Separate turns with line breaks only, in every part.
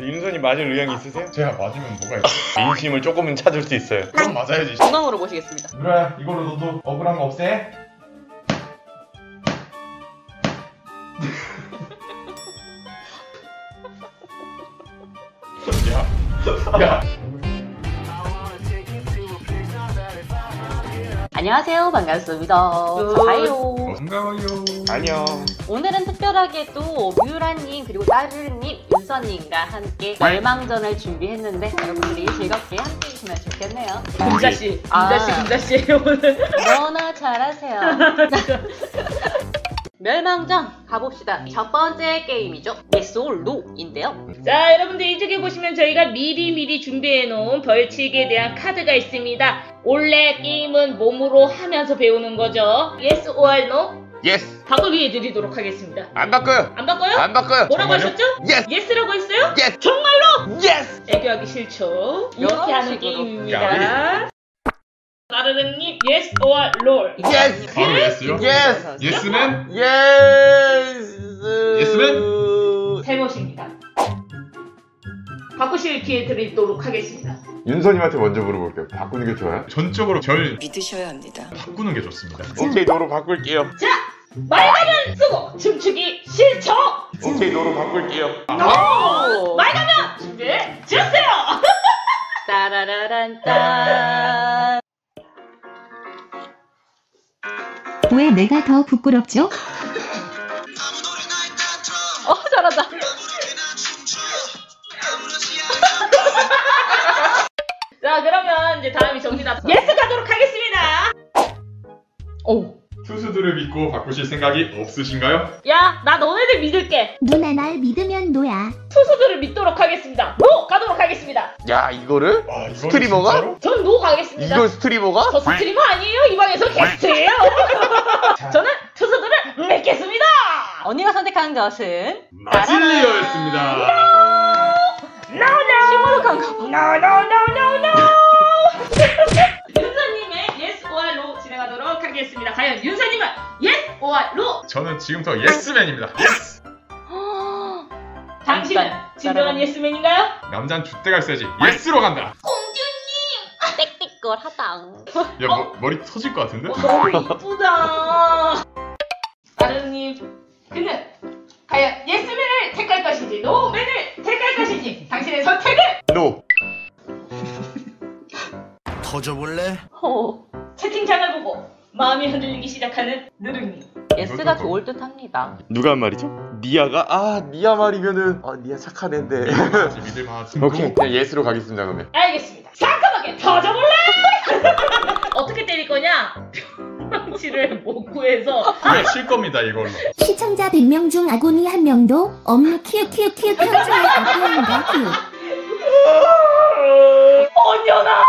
윤선이 맞을 의향이 있으세요?
제가 맞으면 뭐가 있어?
민심을 조금은 찾을 수 있어요.
그럼 맞아야지.
정강으로 모시겠습니다.
누라야 이걸로 너도 억울한 거 없애? 야, 야.
안녕하세요. 반갑습니다.
어,
자요.
반가워요.
안녕.
오늘은 특별하게 또 뮤라님 그리고 따르님, 윤서님과 함께 멸망전을 준비했는데 여러분들이 즐겁게 함께 해주시면 좋겠네요.
금자씨,
아.
금자씨, 금자씨예요 오늘.
너나 잘하세요. 멸망전 가봅시다. 첫 번째 게임이죠. Yes or No인데요.
자, 여러분들 이쪽에 보시면 저희가 미리 미리 준비해놓은 벌칙에 대한 카드가 있습니다. 원래 게임은 몸으로 하면서 배우는 거죠. Yes or No?
예스
바꾸기 해드리도록 하겠습니다.
안 바꿔요
안 바꿔요?
안 바꿔요
뭐라고
아, 정말요?
하셨죠?
예스
예스라고 했어요?
예스
정말로?
예스
애교하기 싫죠? 이렇게
이런
하는
식으로.
게임입니다. 따르릉님, Yes or No?
예스
바로 예스요?
예스
예스는
예스
예스맨?
잘못입니다. 바꾸실 기회 드리도록 하겠습니다.
윤선님한테 먼저 물어볼게요 바꾸는 게 좋아요?
전적으로 절
믿으셔야 합니다.
바꾸는 게 좋습니다.
오케이 너로 바꿀게요
말가면 쓰고 춤추기 싫죠?
오케이 너로 바꿀게요
오!
아! 말가면 준비 주세요.
따라라란 딴.
왜 내가 더 부끄럽죠?
어 잘한다.
자 그러면 이제 다음이 정리나 예스 가도록 하겠습니다.
투수들을 믿고 바꾸실 생각이 없으신가요?
야 나 너네들 믿을게.
누나 날 믿으면 노야.
투수들을 믿도록 하겠습니다. 노 가도록 하겠습니다.
야 이거를?
아, 이거
스트리머가?
진짜로?
전 노 가겠습니다.
이걸 스트리머가?
저 스트리머 아니에요? 이 방에서 게스트예요. 저는 투수들을 믿겠습니다.
언니가 선택한 것은
마질리어였습니다.
시무룩한 거.
노노노노노 윤서님의 yes or no 진행하도록 하겠습니다. 과연 윤서님은 yes or no?
저는 지금부터 예스맨입니다. 예스!
당신은 진정한 예스맨인가요?
남잔 줏대가 있어야지. 예스로 간다.
아, 땡땡걸 하당.
야, 머, 머리 터질 것 같은데?
어, 너무 이쁘다. 아르님, 그는 과연 예스맨을 택할 것인지 노맨을 택할 것인지 당신의 선택을
노
터져볼래?
호.
어, 채팅창을 보고 마음이 흔들리기 시작하는 느릉님.
예스가 좋을 듯합니다.
누가 말이죠? 니아가? 아 니아 말이면은 아 니아 착한 앤데
믿을만
오케이 그냥 예스로 가겠습니다 그러면
알겠습니다. 상큼하게 터져볼래? 어떻게 때릴 거냐? 평치를 못 구해서
그래, 칠 겁니다, 이걸로.
시청자 100명 중 아군이 한 명도 업무 키읔 키읔 키읔 평소에 안 표현한다 키읔.
언연아.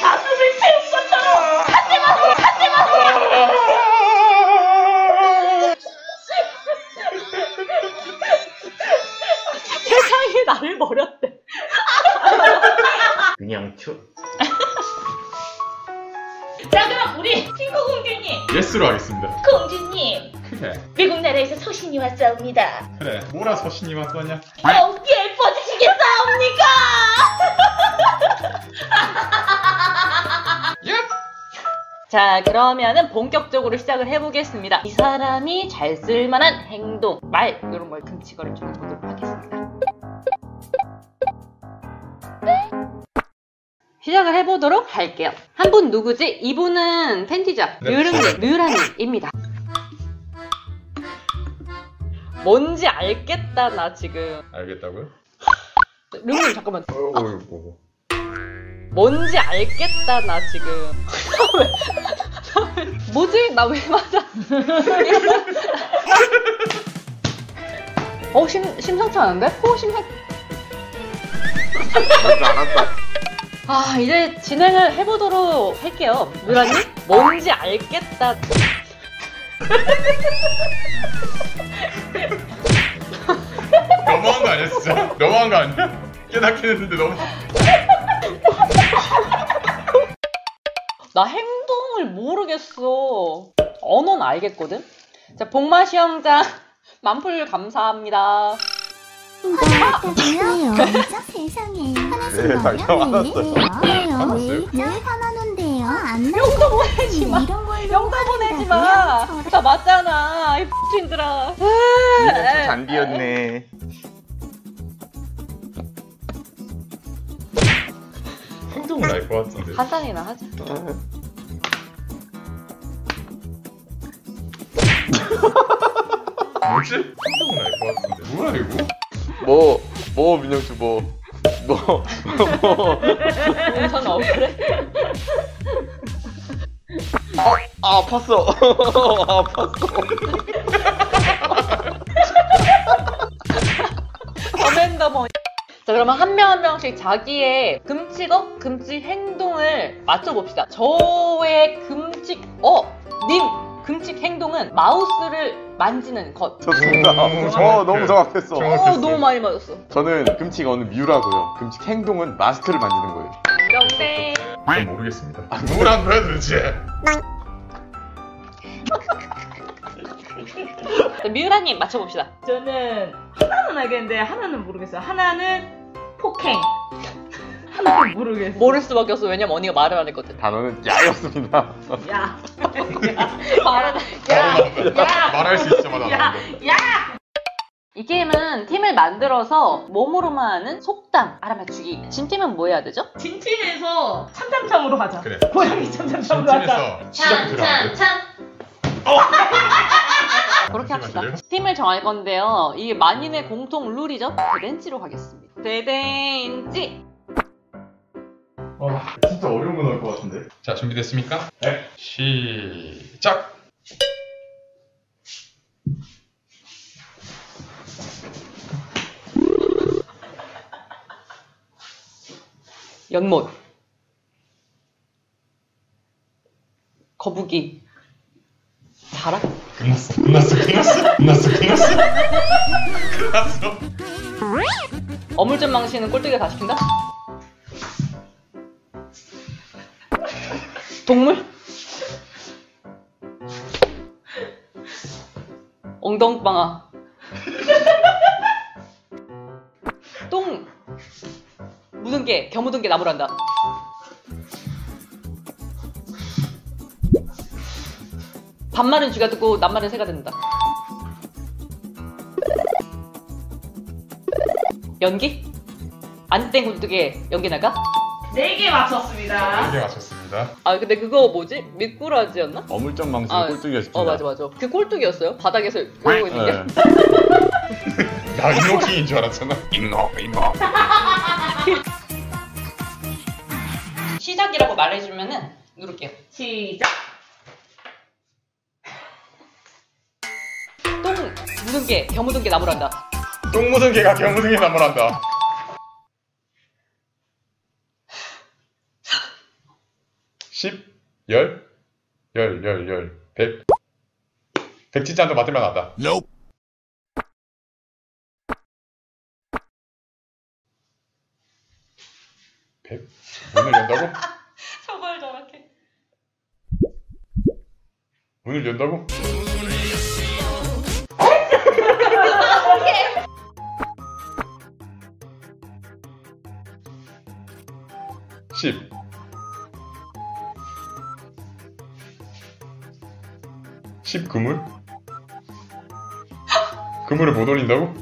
가슴을 태운 것처럼
세상이 나를 버렸대.
그냥 쳐.
자 그럼 우리 친구 공주님
예스로 하겠습니다.
공주님
그래,
외국 나라에서 소신이 왔사옵니다
그래. 뭐라 서신이 왔더냐?
너무 예뻐지시겠사옵니까
자, 그러면은 본격적으로 시작을 해보겠습니다. 이 사람이 잘 쓸만한 행동, 말 이런 걸 금치거리 좀 보도록 하겠습니다. 시작을 해보도록 할게요. 한 분 누구지? 이분은 팬티죠.
네,
류름님, 류라님입니다. 뭔지 알겠다 나 지금.
알겠다고요?
류님 잠깐만.
어이구.
뭔지 알겠다 나 지금 뭐지 나 왜 맞아 어 심, 심상치 않은데? 오 심상
뭔지 알았다
아 이제 진행을 해보도록 할게요 누라님 뭔지 알겠다
너무한 거 아니야, 진짜? 너무한 거 아니야? 깨닫긴 했는데 너무.
나 행동을 모르겠어 언어는 알겠거든? 자, 복마 시험장 만풀 감사합니다.
왜요? 진짜 세상에
세상에,
네. 화나신 거예요? 네. 왜? 왜요?
화났어요.
왜요? 왜 네. 화나는데요? 안
영도 보내지 마.
나는 이런 걸로
영도 보내지 마. 다 맞잖아. 이 X인들아.
이놈 잔디였네.
행동은 알 것 같은데.
간단히나 하자.
뭐지? 행동은 알 것 같은데. 어. 뭐야 이거?
뭐, 뭐, 민영씨 뭐. 뭐, 뭐.
용선 어, 억울해.
아, 아팠어. 아팠어.
어맨더머. 뭐. 자, 그러면 한 명 한 명씩 자기의 금칙어, 금칙 행동을 맞춰봅시다. 저의 금칙어, 님 금칙 행동은 마우스를 만지는 것.
저 정답.
오,
어,
정확해.
너무 정확했어.
정확-
오, 너무 많이 맞았어.
저는 금칙 어는 뮤라고요. 금칙 행동은 마스크를 만지는 거예요.
명세.
전 모르겠습니다. 뭐란 거야 도대체?
자, 미우라님 맞춰봅시다.
저는 하나는 알겠는데 하나는 모르겠어요. 하나는 폭행. 하나는 모르겠어요.
모를 수밖에 없어. 왜냐면 언니가 말을 안 했거든.
단어는 야였습니다.
야.
말은
야! 말할 수 있자마자
야!
나온다.
이 게임은 팀을 만들어서 몸으로만 하는 속담 알아맞추기. 진팀은 뭐 해야 되죠?
진팀에서 참참참으로 하자.
그래.
고양이 참참참으로 하자.
진팀에서 시작 들어가는데.
어. 그렇게 합시다.
잠시만요.
팀을 정할 건데요. 이게 만인의 공통 룰이죠. 대댄지로 가겠습니다. 대댄지.
와, 아, 진짜 어려운 거 나올 것 같은데. 자, 준비됐습니까? 네. 시작.
연못. 거북이. 자락.
끝났어. 끝났어. 끝났어. 끝났어. 끝났어. 끝났어.
어물점 망치는 꼴뚜기가 다 시킨다? 동물? 엉덩방아 똥 묻은 게 겨묻은 게 나무란다 반말은 쥐가 듣고 낱말은 새가 듣는다 연기? 안땡 굴뚝에 연기 나가?
네 개 맞췄습니다.
이게 맞췄습니다.
아 근데 그거 뭐지? 미꾸라지였나?
어물점 망신
아,
그 꼴뚜기가 시킨다.
어 맞아 맞아 그 꼴뚜기였어요? 바닥에서 이러고 있는 게
예.
나 이노킹인 줄 알았잖아. 이노 이노.
시작이라고 말해주면은 누를게요
시작.
똥 묻은 게 겨묻은 게 나무란다
똥 묻은 개가 겨 묻은 개 나무란다. 십, 열, 열, 열, 열, 백. 백 진짜 한대 맞으면 안다. 백? 문을 연다고?
저걸 저렇게
문을 연다고? 십. 십 그물? 그물을 못 올린다고?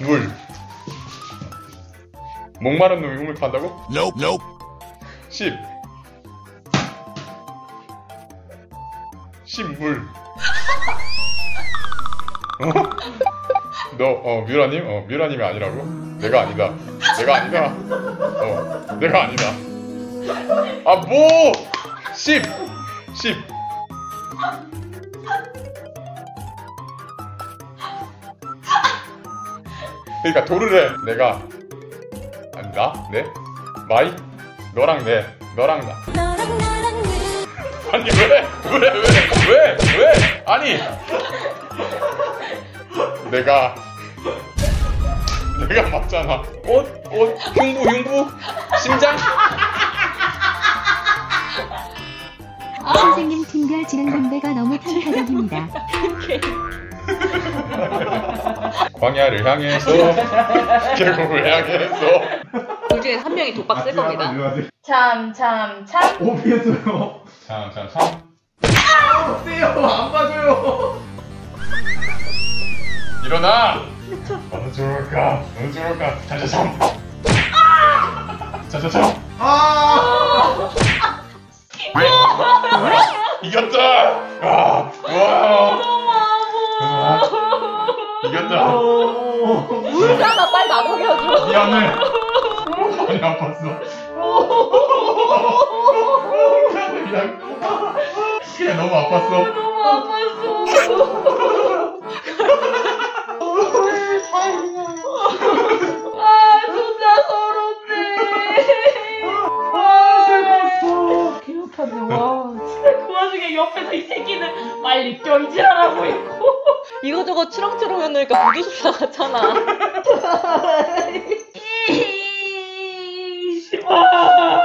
물. 목마른 놈이 우물 탄다고? Nope, nope. 10. 10 물. 어? 너, 어, 뮤라님? 어, 뮤라님이 아니라고? 내가 아니다. 내가 아니다. 어, 내가 아니다. 아, 뭐! 10! 10! 그러니까 도를 해. 내가 아니, 나? 네? 마이? 너랑 내 너랑 나 아니 왜? 왜? 왜? 왜? 왜? 아니 내가 내가 맞잖아 꽃? 뭐 흉부 흉부 심장
아, 선생님 팀별 진행 건배가 너무 편파적입니다.
광야를 향해서 계곡을 향해서
둘 중에 한 명이 독박
아,
쓸 겁니다.
참, 참, 참.
오 피했어요.
참참참
어때요? 안 봐줘요.
일어나 어느 쪽일까 어느 쪽일까 자자잠 자자잠
아.
이겼다 아, 와 아, 이겼다
오.
울잖아, 빨리 나 먹여줘.
미안해 많이 아팠어 그냥 그냥 너무 아팠어
아, 진짜 아, 서럽네.
개웃겼네, 와.
아, 그 와중에 옆에서 이 새끼는 빨리 껴이질하라고 있고.
이거저거 추렁추렁 해놓으니까 부기수사 같잖아.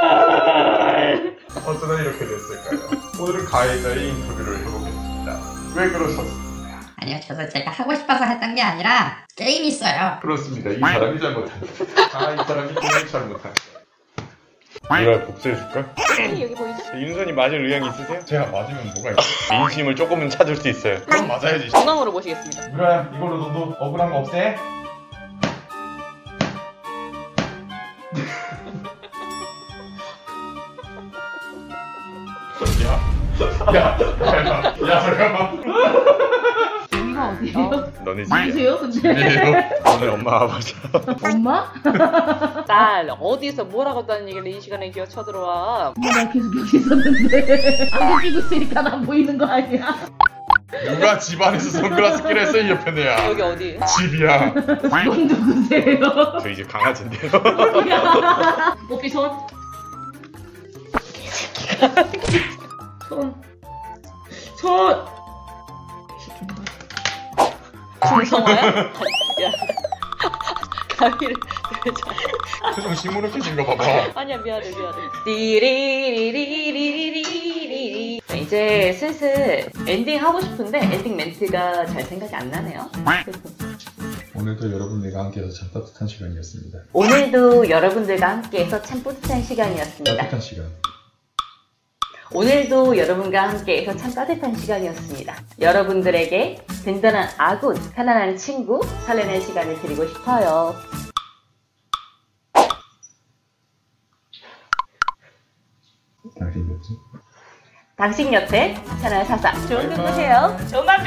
씨발.
어쩌다 이렇게 됐을까요? 오늘은 가해자의 인터뷰를 해보겠습니다. 왜 그러셨습니까?
아니요, 저도 제가 하고 싶어서 했던 게 아니라 게임이 있어요.
그렇습니다. 이 사람이 잘못한 거예요. 아, 이 사람이 게임 잘못한 거예요.
이걸 복수해줄까?
여기 여기 보이죠?
윤선이 맞을 의향이 있으세요?
제가 맞으면 뭐가 있어?
민심을 조금은 찾을 수 있어요.
그럼 맞아야지.
중앙으로 모시겠습니다.
누라야, 이걸로 너도 억울한 거 없애? 야, 야, 잠깐만. 야, 잠깐만.
여기가 어디예요?
너네 집.
누구세요, 근데?
오늘 엄마 아버지.
엄마?
딸, 어디서 뭐라고 했다는 얘기를 이 시간에 기어 쳐들어와.
엄마 나 계속 여기 있었는데. 안경 끼고 있으니까 난 보이는 거 아니야?
누가 집안에서 선글라스 끼를 했어, 이 옆에 내야.
여기 어디?
집이야.
넌 누구세요?
저 이제 강아지인데요.
뽀삐 손. 손. 손.
중성화야? 야. 가위를 들자.
표정 시무룩해진 거 봐봐.
아니야 미안해 미안해 띠리리리리리리리리 이제 슬슬 엔딩 하고 싶은데 엔딩 멘트가 잘 생각이 안 나네요
오늘도 여러분들과 함께해서 참 따뜻한 시간이었습니다.
오늘도 여러분들과 함께해서 참 뿌듯한 시간이었습니다
따뜻한 시간.
오늘도 여러분과 함께해서 참 따뜻한 시간이었습니다 여러분들에게 든든한 아군 편안한 친구 설레는 시간을 드리고 싶어요
당신 몇지?
당신 곁에 채널 사사 좋은 꿈꾸세요 좋은 밤